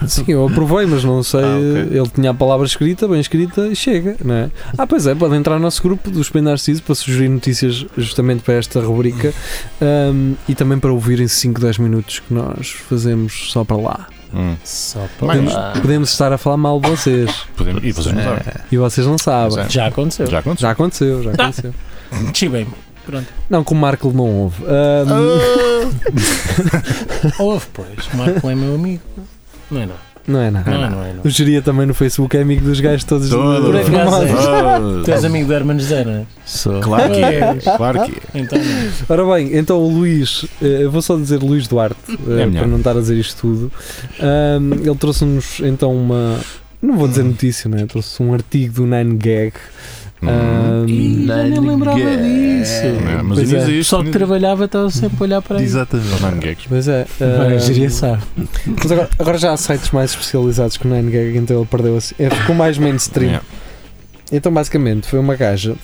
[SPEAKER 3] Sim, eu aprovei, mas não sei.
[SPEAKER 5] Ah, ok.
[SPEAKER 3] Ele tinha a palavra escrita, bem escrita, e chega, não é? Ah, pois é, pode entrar no nosso grupo do Espelho Narciso para sugerir notícias justamente para esta rubrica hum, e também para ouvirem 5, 10 minutos que nós fazemos só para lá.
[SPEAKER 5] Hum.
[SPEAKER 2] Só para
[SPEAKER 5] Mas-
[SPEAKER 2] lá.
[SPEAKER 3] Podemos estar a falar mal de vocês
[SPEAKER 5] Podemos- E vocês não sabem.
[SPEAKER 3] e vocês não sabem.
[SPEAKER 5] Exato.
[SPEAKER 2] Já aconteceu.
[SPEAKER 5] Já aconteceu.
[SPEAKER 3] Já aconteceu, já aconteceu.
[SPEAKER 2] Chibem.
[SPEAKER 3] Não, que o Marco não houve.
[SPEAKER 5] Ah,
[SPEAKER 3] Hum,
[SPEAKER 2] Houve, pois. O Marco é meu amigo. Não é não.
[SPEAKER 3] não é
[SPEAKER 2] Não é
[SPEAKER 3] nada.
[SPEAKER 2] não. é, não.
[SPEAKER 3] O geria também no Facebook é amigo dos gajos todos. de-
[SPEAKER 5] Todos.
[SPEAKER 2] Por acaso é. Tu és
[SPEAKER 5] Ah,
[SPEAKER 2] amigo do Herman José, não é?
[SPEAKER 4] Só.
[SPEAKER 5] Claro que é. Claro que é.
[SPEAKER 2] Então, não.
[SPEAKER 3] Ora bem, então o Luís, eh, eu vou só dizer Luís Duarte, eh,
[SPEAKER 5] É melhor.
[SPEAKER 3] para não estar a dizer isto tudo. Ahm, ele trouxe-nos então uma. Não vou dizer notícia, né? Trouxe um artigo do Nine Gag.
[SPEAKER 6] Hum.
[SPEAKER 3] Ahm,
[SPEAKER 2] Ih, já nem lembrava
[SPEAKER 5] Ninguém.
[SPEAKER 2] disso.
[SPEAKER 5] É, mas
[SPEAKER 3] Pois
[SPEAKER 5] ainda
[SPEAKER 3] é.
[SPEAKER 5] existe.
[SPEAKER 2] O pessoal que trabalhava estava sempre a olhar para aí.
[SPEAKER 5] Os
[SPEAKER 4] Exatamente.
[SPEAKER 5] Nine Gags.
[SPEAKER 3] pois é.
[SPEAKER 2] Bem,
[SPEAKER 3] ahm,
[SPEAKER 2] o Jiria sabe.
[SPEAKER 3] mas agora, agora já há sites mais especializados que o Nine Gag, então ele perdeu assim. É, ficou mais mainstream.
[SPEAKER 5] Yeah.
[SPEAKER 3] Então, basicamente, foi uma gaja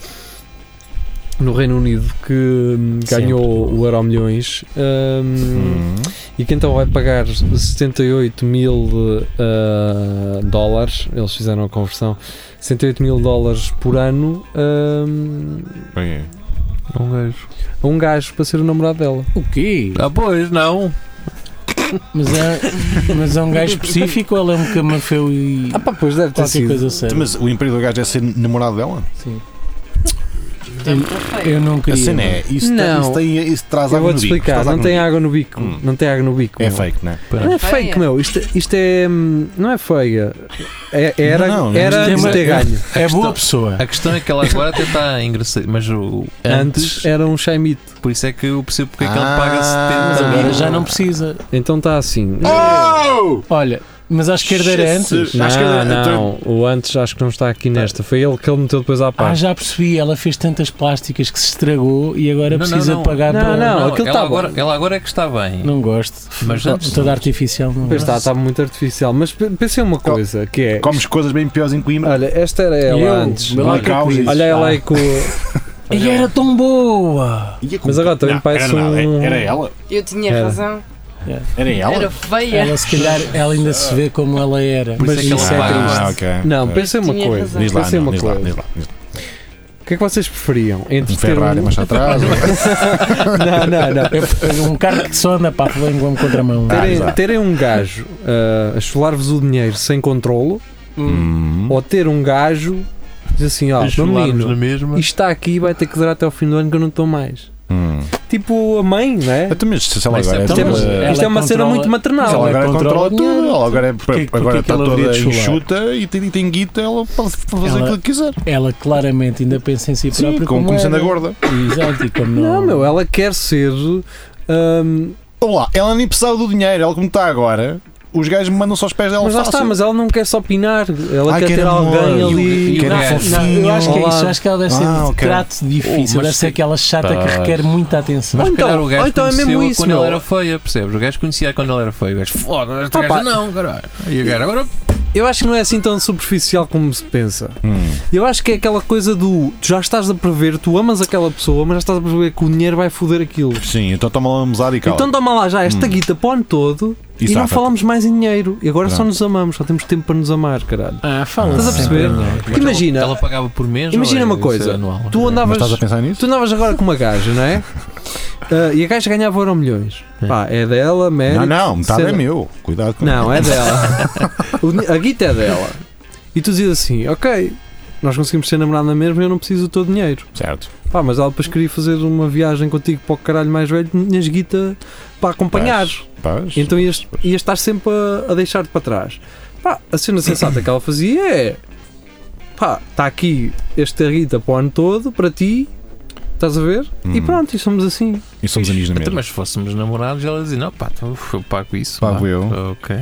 [SPEAKER 3] no Reino Unido que hum,
[SPEAKER 2] Sempre.
[SPEAKER 3] ganhou o Euro Milhões hum,
[SPEAKER 6] Hum.
[SPEAKER 3] e que então vai pagar 78 mil ah, dólares, eles fizeram a conversão, 78 mil dólares por ano hum,
[SPEAKER 6] Bem, é.
[SPEAKER 4] Um gajo.
[SPEAKER 3] a um gajo para ser o namorado dela.
[SPEAKER 2] O quê?
[SPEAKER 4] Ah, pois, não.
[SPEAKER 2] Mas é, mas é um gajo específico ou ele é um camafeu e
[SPEAKER 3] Ah pá, pois deve ter
[SPEAKER 2] qualquer
[SPEAKER 3] sido.
[SPEAKER 2] coisa séria?
[SPEAKER 6] Mas o emprego do gajo é ser namorado dela?
[SPEAKER 3] Sim.
[SPEAKER 7] Portanto, está feio.
[SPEAKER 2] Eu não
[SPEAKER 6] A
[SPEAKER 2] queria.
[SPEAKER 6] cena é, isso,
[SPEAKER 3] Não.
[SPEAKER 6] Tem, isso, tem, isso traz
[SPEAKER 3] Eu
[SPEAKER 6] água
[SPEAKER 3] vou-te
[SPEAKER 6] no bico.
[SPEAKER 3] explicar,
[SPEAKER 6] traz
[SPEAKER 3] não
[SPEAKER 6] água
[SPEAKER 3] tem
[SPEAKER 6] no
[SPEAKER 3] água no bico,
[SPEAKER 6] Hum.
[SPEAKER 3] não tem água no bico.
[SPEAKER 6] bico. É
[SPEAKER 3] meu.
[SPEAKER 6] fake, não é?
[SPEAKER 3] Não é
[SPEAKER 7] Feia.
[SPEAKER 3] fake, meu. Isto, isto é. hum, Não é feia. É- era
[SPEAKER 6] Não, não,
[SPEAKER 3] era
[SPEAKER 2] isto é uma-
[SPEAKER 3] de ter ganho.
[SPEAKER 2] É boa pessoa.
[SPEAKER 4] A questão é que ela agora até está engraçada, mas o,
[SPEAKER 6] É.
[SPEAKER 3] Antes
[SPEAKER 4] antes,
[SPEAKER 3] era um Shaimite.
[SPEAKER 4] por isso é que eu percebo porque é que ele paga
[SPEAKER 6] Ah.
[SPEAKER 4] 70
[SPEAKER 2] Mas
[SPEAKER 4] mil.
[SPEAKER 2] agora já não precisa.
[SPEAKER 3] Então está assim.
[SPEAKER 6] Oh!
[SPEAKER 2] Olha, mas à esquerda era antes.
[SPEAKER 6] Jesus.
[SPEAKER 3] Não,
[SPEAKER 6] Acho que era-
[SPEAKER 3] não. O antes acho que não está aqui nesta. Foi ele que ele meteu depois à
[SPEAKER 2] Ah,
[SPEAKER 3] parte.
[SPEAKER 2] já percebi, ela fez tantas plásticas que se estragou e agora
[SPEAKER 4] Não, não,
[SPEAKER 2] precisa
[SPEAKER 4] não.
[SPEAKER 2] pagar
[SPEAKER 3] Não,
[SPEAKER 2] para.
[SPEAKER 3] não. aquilo
[SPEAKER 4] ela,
[SPEAKER 3] tá bom.
[SPEAKER 4] agora, ela agora é que está bem.
[SPEAKER 2] Não gosto.
[SPEAKER 4] Mas antes-
[SPEAKER 2] toda artificial não
[SPEAKER 3] Pois
[SPEAKER 2] gosto.
[SPEAKER 3] está, tá está muito artificial. Mas pe- pensei uma
[SPEAKER 6] Co-
[SPEAKER 3] coisa que é.
[SPEAKER 6] Comes coisas bem piores em Coimbra.
[SPEAKER 3] Olha, esta era ela
[SPEAKER 2] E eu,
[SPEAKER 3] antes.
[SPEAKER 2] meu lá
[SPEAKER 6] Olha
[SPEAKER 2] que eu
[SPEAKER 6] cá,
[SPEAKER 2] quis.
[SPEAKER 3] Olha ela aí com.
[SPEAKER 2] E era tão boa!
[SPEAKER 6] Ia é com-
[SPEAKER 3] Mas agora também
[SPEAKER 6] Não,
[SPEAKER 3] parece
[SPEAKER 6] era nada,
[SPEAKER 3] um-
[SPEAKER 6] Era ela?
[SPEAKER 7] Eu tinha
[SPEAKER 3] Era.
[SPEAKER 7] razão.
[SPEAKER 6] Era
[SPEAKER 5] Ah,
[SPEAKER 7] Era feia.
[SPEAKER 2] Ela, se calhar, ela ainda se vê como ela era.
[SPEAKER 4] Por isso é que ela
[SPEAKER 2] isso é
[SPEAKER 4] paga.
[SPEAKER 2] triste.
[SPEAKER 6] Ah, ok.
[SPEAKER 3] Não,
[SPEAKER 6] Ok.
[SPEAKER 3] pensei uma
[SPEAKER 7] Tinha
[SPEAKER 3] coisa.
[SPEAKER 7] razão.
[SPEAKER 6] Diz lá,
[SPEAKER 3] Pensei
[SPEAKER 6] não,
[SPEAKER 3] uma
[SPEAKER 6] diz lá, diz
[SPEAKER 3] coisa.
[SPEAKER 6] lá, diz lá.
[SPEAKER 3] O que é que vocês preferiam? Entre
[SPEAKER 6] Um
[SPEAKER 3] ter um.
[SPEAKER 6] Ferrari, mas atrás. é?
[SPEAKER 3] Não, não, não.
[SPEAKER 2] É Um carro que só anda para um a Flamengo como contramão.
[SPEAKER 3] Terem,
[SPEAKER 6] exato.
[SPEAKER 3] terem um gajo ah, a chular-vos o dinheiro sem controlo
[SPEAKER 6] Hum?
[SPEAKER 3] ou ter um gajo diz assim: ó, meu
[SPEAKER 4] Chularmos Ah, na
[SPEAKER 3] menino,
[SPEAKER 4] mesma.
[SPEAKER 3] isto está aqui e vai ter que durar até ao fim do ano que eu não estou mais. Tipo a mãe, não é?
[SPEAKER 6] Até Hum. mas sei lá,
[SPEAKER 4] Mas
[SPEAKER 6] agora
[SPEAKER 4] então,
[SPEAKER 6] esta-
[SPEAKER 4] mas
[SPEAKER 2] ela
[SPEAKER 3] Isto é uma cena
[SPEAKER 2] controla-
[SPEAKER 3] muito
[SPEAKER 6] Mas
[SPEAKER 3] maternal.
[SPEAKER 6] ela agora
[SPEAKER 2] ela
[SPEAKER 6] controla,
[SPEAKER 2] controla
[SPEAKER 6] tudo,
[SPEAKER 2] dinheiro.
[SPEAKER 6] ela agora, é-
[SPEAKER 2] Porquê- porquê
[SPEAKER 6] agora
[SPEAKER 2] que
[SPEAKER 6] está
[SPEAKER 2] ela
[SPEAKER 6] toda
[SPEAKER 2] deveria deschular?
[SPEAKER 6] enxuta e tem, tem guita, ela pode fazer
[SPEAKER 2] Ela-
[SPEAKER 6] aquilo que quiser.
[SPEAKER 2] Ela claramente ainda pensa em si própria.
[SPEAKER 6] Sim, como
[SPEAKER 2] como
[SPEAKER 6] começando a
[SPEAKER 2] era.
[SPEAKER 6] gorda.
[SPEAKER 2] Exato, e como não.
[SPEAKER 3] Não, meu, ela quer ser. hum,
[SPEAKER 6] Olá, ela nem precisava do dinheiro, ela como está agora, os gajos me mandam só os pés dela
[SPEAKER 3] mas lá
[SPEAKER 6] é fácil.
[SPEAKER 3] está, mas ela não quer só opinar. Ela
[SPEAKER 6] Ai,
[SPEAKER 3] quer
[SPEAKER 6] quer
[SPEAKER 3] ter
[SPEAKER 6] amor.
[SPEAKER 3] alguém
[SPEAKER 6] E o-
[SPEAKER 3] ali.
[SPEAKER 4] e o
[SPEAKER 2] Não,
[SPEAKER 4] gajo-
[SPEAKER 2] não, eu acho que é isso,
[SPEAKER 3] Olá.
[SPEAKER 2] eu acho que ela deve ser
[SPEAKER 6] Ah,
[SPEAKER 2] de
[SPEAKER 6] ok.
[SPEAKER 2] trato difícil,
[SPEAKER 4] Oh, mas
[SPEAKER 2] deve ser
[SPEAKER 4] tem-
[SPEAKER 2] aquela chata que
[SPEAKER 4] Pá.
[SPEAKER 2] requer muita atenção.
[SPEAKER 4] Mas
[SPEAKER 3] Ou
[SPEAKER 4] se calhar
[SPEAKER 3] então-
[SPEAKER 4] o gajo
[SPEAKER 3] ou então é mesmo
[SPEAKER 4] conheceu-a
[SPEAKER 3] isso,
[SPEAKER 4] quando
[SPEAKER 3] meu.
[SPEAKER 4] ela era feia, percebes? O gajo conhecia quando ela era feia. O gajo, foda, esta
[SPEAKER 3] Ah, pá.
[SPEAKER 4] gaja não, caralho. E o gajo, agora
[SPEAKER 3] Eu acho que não é assim tão superficial como se pensa.
[SPEAKER 6] Hum.
[SPEAKER 3] Eu acho que é aquela coisa do. Tu já estás a prever, tu amas aquela pessoa, mas já estás a prever que o dinheiro vai foder aquilo.
[SPEAKER 6] Sim, então toma lá uma mesada e cala.
[SPEAKER 3] Então toma lá já esta
[SPEAKER 6] Hum.
[SPEAKER 3] guita para o ano todo e, não
[SPEAKER 6] zafa-te.
[SPEAKER 3] falamos mais em dinheiro. E agora só
[SPEAKER 6] Pronto.
[SPEAKER 3] nos amamos, só temos tempo para nos amar, caralho.
[SPEAKER 2] Ah, fala.
[SPEAKER 3] Estás a perceber?
[SPEAKER 4] Mas
[SPEAKER 3] Imagina-
[SPEAKER 4] Ela, ela pagava por mês.
[SPEAKER 3] Imagina
[SPEAKER 4] ou
[SPEAKER 3] uma
[SPEAKER 4] é-
[SPEAKER 3] coisa.
[SPEAKER 4] isso é anual?
[SPEAKER 3] Tu
[SPEAKER 6] Mas
[SPEAKER 3] andavas,
[SPEAKER 6] estás a pensar nisso?
[SPEAKER 3] tu andavas agora com uma gaja, não é? Ah, e a gaja ganhava euro milhões.
[SPEAKER 4] É.
[SPEAKER 3] Pá, é dela, mérito.
[SPEAKER 6] Não, não, metade
[SPEAKER 3] sei
[SPEAKER 6] é
[SPEAKER 3] lá.
[SPEAKER 6] meu. Cuidado com
[SPEAKER 3] Não, é dela. O dinhe- a guita é dela. E tu dizes assim, ok, nós conseguimos ser namorada mesmo e eu não preciso do teu dinheiro.
[SPEAKER 6] Certo.
[SPEAKER 3] Pá, mas ela depois queria fazer uma viagem contigo para o caralho mais velho, tinhas guita para acompanhar.
[SPEAKER 6] Pás.
[SPEAKER 3] Então ias, ias estar sempre a, a deixar-te para trás. Pá, a cena sensata que ela fazia é: pá, está aqui este guita para o ano todo, para ti, estás a ver? E
[SPEAKER 6] Hum.
[SPEAKER 3] pronto, e somos assim.
[SPEAKER 6] E somos amigos na
[SPEAKER 4] Até,
[SPEAKER 6] mesma.
[SPEAKER 4] Então, mas se fôssemos namorados, ela dizia: Não, pá, então, uf, eu pago isso.
[SPEAKER 6] Pago
[SPEAKER 4] pá."
[SPEAKER 6] eu.
[SPEAKER 4] Ok.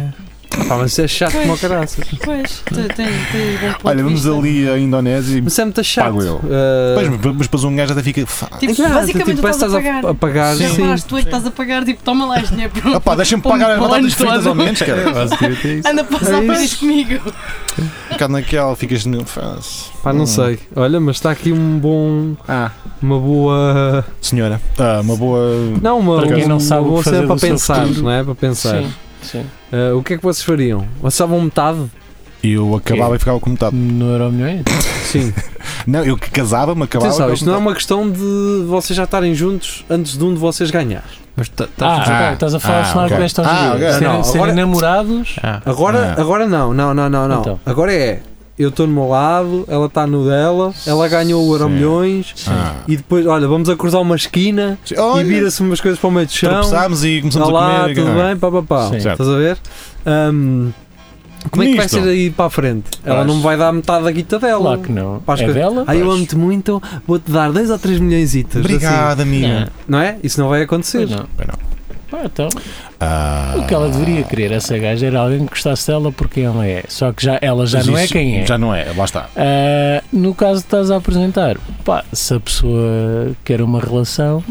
[SPEAKER 3] Pá, mas isso é chato como o caraças.
[SPEAKER 7] Pois, tu- tens- tens bom ponto
[SPEAKER 6] Olha,
[SPEAKER 7] de
[SPEAKER 6] vamos
[SPEAKER 7] vista.
[SPEAKER 6] ali à Indonésia e.
[SPEAKER 3] Mas é muito chato.
[SPEAKER 6] Pago eu.
[SPEAKER 3] Ah,
[SPEAKER 6] Pois, mas- mas depois um gajo até fica. "Fa-
[SPEAKER 7] Tipo,
[SPEAKER 3] exato,
[SPEAKER 7] basicamente
[SPEAKER 3] tipo,
[SPEAKER 7] tu estás a
[SPEAKER 3] parece que
[SPEAKER 7] pagar.
[SPEAKER 3] a pagar.
[SPEAKER 7] Sim,
[SPEAKER 3] Sim.
[SPEAKER 7] tu é que estás a pagar, tipo, toma lá este dinheiro.
[SPEAKER 3] Hum,
[SPEAKER 6] Ah pá, deixa-me pagar as
[SPEAKER 7] Um
[SPEAKER 6] batatas
[SPEAKER 7] plano
[SPEAKER 6] fritas
[SPEAKER 7] todo.
[SPEAKER 6] ao menos, cara.
[SPEAKER 4] Basicamente é isso.
[SPEAKER 7] Anda a passar
[SPEAKER 3] É
[SPEAKER 7] férias
[SPEAKER 3] isso.
[SPEAKER 7] comigo.
[SPEAKER 6] Ficar naquela, ficas. no- faz.
[SPEAKER 3] Pá, não
[SPEAKER 6] Hum.
[SPEAKER 3] sei. Olha, mas está aqui um bom.
[SPEAKER 6] Ah.
[SPEAKER 3] Uma boa.
[SPEAKER 6] Senhora, ah, uma boa.
[SPEAKER 3] Não, uma, um
[SPEAKER 2] Para quem não
[SPEAKER 3] uma
[SPEAKER 2] sabe o que
[SPEAKER 3] boa
[SPEAKER 2] fazer
[SPEAKER 3] cena para
[SPEAKER 2] do seu
[SPEAKER 3] pensar,
[SPEAKER 2] futuro.
[SPEAKER 3] não é? Para pensar.
[SPEAKER 2] Sim, sim.
[SPEAKER 3] Ah, o que é que vocês fariam? Passavam metade?
[SPEAKER 6] Eu acabava e ficava com metade.
[SPEAKER 2] No Euro Milhões?
[SPEAKER 3] Sim.
[SPEAKER 6] Não, eu que casava-me, acabava.
[SPEAKER 3] Atenção,
[SPEAKER 6] ficava
[SPEAKER 3] isto
[SPEAKER 6] com
[SPEAKER 3] não é
[SPEAKER 6] metade.
[SPEAKER 3] uma questão de vocês já estarem juntos antes de um de vocês ganhar.
[SPEAKER 4] Mas tá- tá-
[SPEAKER 2] Ah,
[SPEAKER 6] Ah,
[SPEAKER 2] ok, estás a falar
[SPEAKER 6] ah,
[SPEAKER 2] de cenário
[SPEAKER 6] ok.
[SPEAKER 2] que deste aos
[SPEAKER 6] Ah, ok,
[SPEAKER 2] dias. Serem-
[SPEAKER 3] não,
[SPEAKER 2] Serem
[SPEAKER 3] agora-
[SPEAKER 2] namorados.
[SPEAKER 4] Ah,
[SPEAKER 3] Agora
[SPEAKER 6] Ah.
[SPEAKER 3] agora não, não, não, não, não.
[SPEAKER 2] Então.
[SPEAKER 3] Agora é, eu estou no meu lado, ela está no dela, ela ganhou o Euro
[SPEAKER 6] Sim.
[SPEAKER 3] Milhões
[SPEAKER 6] Ah.
[SPEAKER 3] e depois, olha, vamos a cruzar uma esquina
[SPEAKER 6] Sim, olha,
[SPEAKER 3] é e vira-se umas coisas para o meio do chão.
[SPEAKER 6] tropeçámos e começamos a
[SPEAKER 3] Olá,
[SPEAKER 6] comer. ah,
[SPEAKER 3] tudo
[SPEAKER 6] cara.
[SPEAKER 3] bem? Pá, pá, pá.
[SPEAKER 2] Sim.
[SPEAKER 3] Estás a ver? Ahm, como é que vai
[SPEAKER 6] Nisto.
[SPEAKER 3] ser aí para a frente? Ela não me vai dar metade da guita dela.
[SPEAKER 2] Claro que não.
[SPEAKER 3] Pá, as
[SPEAKER 2] é
[SPEAKER 3] coisas-
[SPEAKER 2] dela?
[SPEAKER 3] Aí eu amo-te muito, vou-te dar 2 ou 3 milhões
[SPEAKER 6] assim.
[SPEAKER 3] itas.
[SPEAKER 6] Obrigado, amiga.
[SPEAKER 2] Não.
[SPEAKER 3] Assim. Não é? Isso não vai acontecer.
[SPEAKER 2] Pois não.
[SPEAKER 6] Pois
[SPEAKER 2] Pá, então,
[SPEAKER 6] Ah.
[SPEAKER 2] o que ela deveria querer, essa gaja, era alguém que gostasse dela por quem ela é. Só que já, ela já
[SPEAKER 6] Mas
[SPEAKER 2] não é
[SPEAKER 6] isso
[SPEAKER 2] quem é.
[SPEAKER 6] Já não é, lá está.
[SPEAKER 2] Ah, no caso que estás a apresentar, pá, se a pessoa quer uma relação,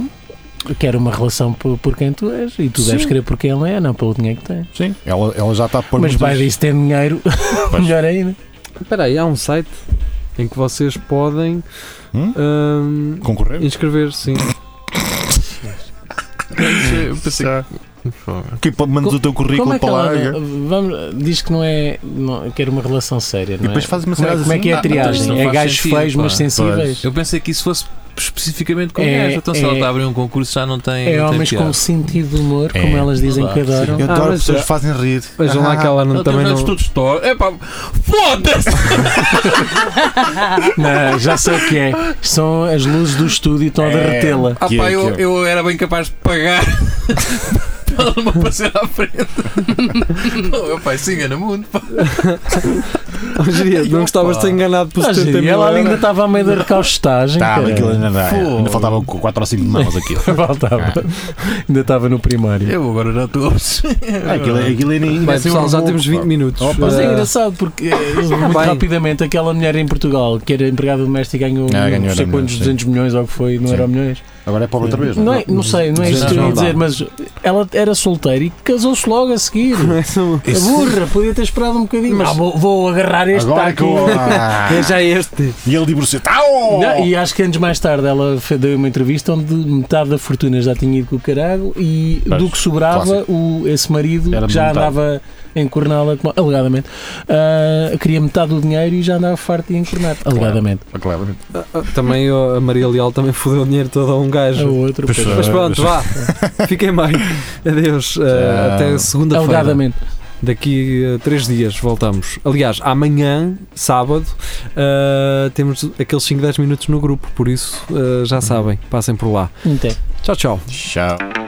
[SPEAKER 2] quer uma relação por, por quem tu és e tu deves
[SPEAKER 6] Sim.
[SPEAKER 2] querer por quem ela é, não pelo dinheiro que tem.
[SPEAKER 6] Sim. Ela, ela já está a pôr
[SPEAKER 2] Mas
[SPEAKER 6] muitas-
[SPEAKER 2] vai disso ter dinheiro, melhor ainda.
[SPEAKER 3] Espera aí, há um site em que vocês podem
[SPEAKER 6] Hum?
[SPEAKER 3] ahm,
[SPEAKER 6] Concorrer?
[SPEAKER 3] inscrever, sim.
[SPEAKER 4] é, Eu pensei
[SPEAKER 6] Já.
[SPEAKER 4] que. Por favor.
[SPEAKER 6] Que pa- mandas
[SPEAKER 2] Co-
[SPEAKER 6] o teu
[SPEAKER 2] Como
[SPEAKER 6] currículo
[SPEAKER 2] é que
[SPEAKER 6] para lá.
[SPEAKER 2] ela
[SPEAKER 6] é?
[SPEAKER 2] vamos, diz que não é. Não, quer uma relação séria, não
[SPEAKER 6] E depois
[SPEAKER 2] é?
[SPEAKER 6] fazes uma
[SPEAKER 2] Como é,
[SPEAKER 6] cena
[SPEAKER 2] como é que é a
[SPEAKER 6] assim.
[SPEAKER 4] Ah, então isto não
[SPEAKER 2] triagem? É
[SPEAKER 4] faz
[SPEAKER 2] gajos
[SPEAKER 4] sentido,
[SPEAKER 2] feios, mas
[SPEAKER 4] pá.
[SPEAKER 2] sensíveis?
[SPEAKER 4] Eu pensei que isso fosse especificamente com
[SPEAKER 2] É-
[SPEAKER 4] mulheres. Então, se
[SPEAKER 2] é-
[SPEAKER 4] ela está a abrir um concurso, já não tem.
[SPEAKER 2] É
[SPEAKER 4] não tem
[SPEAKER 2] homens
[SPEAKER 4] piada.
[SPEAKER 2] com sentido de humor,
[SPEAKER 4] É.
[SPEAKER 2] como elas dizem
[SPEAKER 4] Não dá,
[SPEAKER 2] que adoram.
[SPEAKER 6] Eu
[SPEAKER 3] Ah,
[SPEAKER 6] adoro
[SPEAKER 3] mas
[SPEAKER 6] pessoas
[SPEAKER 3] já-
[SPEAKER 6] que fazem rir. Ah,
[SPEAKER 3] Vejam lá que ela não,
[SPEAKER 4] Ela
[SPEAKER 3] também
[SPEAKER 4] tem
[SPEAKER 3] não.
[SPEAKER 4] olhos todos tortos. É pá, foda-se!
[SPEAKER 2] Não, já sei o que é. São as luzes do estúdio e estão a derretê-la.
[SPEAKER 4] Ah,
[SPEAKER 6] Que
[SPEAKER 4] pá,
[SPEAKER 6] é,
[SPEAKER 4] eu,
[SPEAKER 6] que é.
[SPEAKER 4] eu era bem capaz de pagar para ela me aparecer à frente. Não, eu, pá, isso engana muito. Pá.
[SPEAKER 3] Oh, Jeria, não gostavas de ser enganado por
[SPEAKER 2] Ah,
[SPEAKER 3] 70
[SPEAKER 2] gente,
[SPEAKER 3] mil
[SPEAKER 2] ela ainda
[SPEAKER 3] euros?
[SPEAKER 2] estava a meio da recaustagem.
[SPEAKER 6] Tá,
[SPEAKER 2] caralho.
[SPEAKER 6] aquilo ainda não é.
[SPEAKER 4] Fogo.
[SPEAKER 6] Ainda faltavam 4 ou 5 de mãos aquilo.
[SPEAKER 2] Faltava. Ainda estava no primário.
[SPEAKER 4] Eu agora já estou a
[SPEAKER 6] Ah, aquilo, aquilo ainda, ainda
[SPEAKER 3] Bem,
[SPEAKER 6] assim
[SPEAKER 3] pessoal,
[SPEAKER 6] um
[SPEAKER 3] já
[SPEAKER 6] pouco,
[SPEAKER 3] temos 20
[SPEAKER 6] pá.
[SPEAKER 3] minutos.
[SPEAKER 6] Opa.
[SPEAKER 2] Mas é
[SPEAKER 3] Ah,
[SPEAKER 2] engraçado porque eh, muito
[SPEAKER 3] Bem.
[SPEAKER 2] rapidamente aquela mulher em Portugal que era empregada doméstica ganhou
[SPEAKER 6] Ah,
[SPEAKER 2] não
[SPEAKER 6] ganhou
[SPEAKER 2] sei
[SPEAKER 6] Euromilhões,
[SPEAKER 2] quantos
[SPEAKER 6] sim.
[SPEAKER 2] 200 milhões ou o que foi, não
[SPEAKER 6] Sim.
[SPEAKER 2] era milhões.
[SPEAKER 6] Agora é pobre outra vez.
[SPEAKER 2] Não, é- não sei, não é isso que eu
[SPEAKER 4] Não,
[SPEAKER 2] ia
[SPEAKER 4] não dá.
[SPEAKER 2] dizer, mas ela era solteira e casou-se logo a seguir. A burra, podia ter esperado um bocadinho. Ah, vou, vou agarrar este tá
[SPEAKER 6] Agora que
[SPEAKER 2] taco.
[SPEAKER 6] eu.
[SPEAKER 3] É
[SPEAKER 6] Ah,
[SPEAKER 3] já este.
[SPEAKER 6] e ele divorciou. Tá, oh!
[SPEAKER 2] Não, e acho que anos mais tarde ela fe- deu uma entrevista onde metade da fortuna já tinha ido com o caralho e
[SPEAKER 6] Pois,
[SPEAKER 2] do que sobrava o, esse marido
[SPEAKER 6] Era
[SPEAKER 2] que já
[SPEAKER 6] metade.
[SPEAKER 2] andava a encorná-la, como- alegadamente, ah, queria metade do dinheiro e já andava farto de encornar, alegadamente.
[SPEAKER 6] Ah, claramente.
[SPEAKER 3] Ah, ah, Também oh, a Maria Leal também fodeu o dinheiro todo a um
[SPEAKER 2] A
[SPEAKER 3] gajo.
[SPEAKER 2] outro,
[SPEAKER 6] Pois
[SPEAKER 2] pois,
[SPEAKER 6] é.
[SPEAKER 3] Mas pronto, vá. Fiquem bem. Adeus. Ah,
[SPEAKER 6] Tchau.
[SPEAKER 3] até segunda-feira.
[SPEAKER 2] alegadamente.
[SPEAKER 3] Daqui a três dias voltamos. Aliás, amanhã, sábado, ah, temos aqueles
[SPEAKER 2] Uhum.
[SPEAKER 3] 5, 10 minutos no grupo. Por isso, ah, já eh, sabem, passem por lá.
[SPEAKER 2] Então.
[SPEAKER 3] Tchau, tchau.
[SPEAKER 6] Tchau.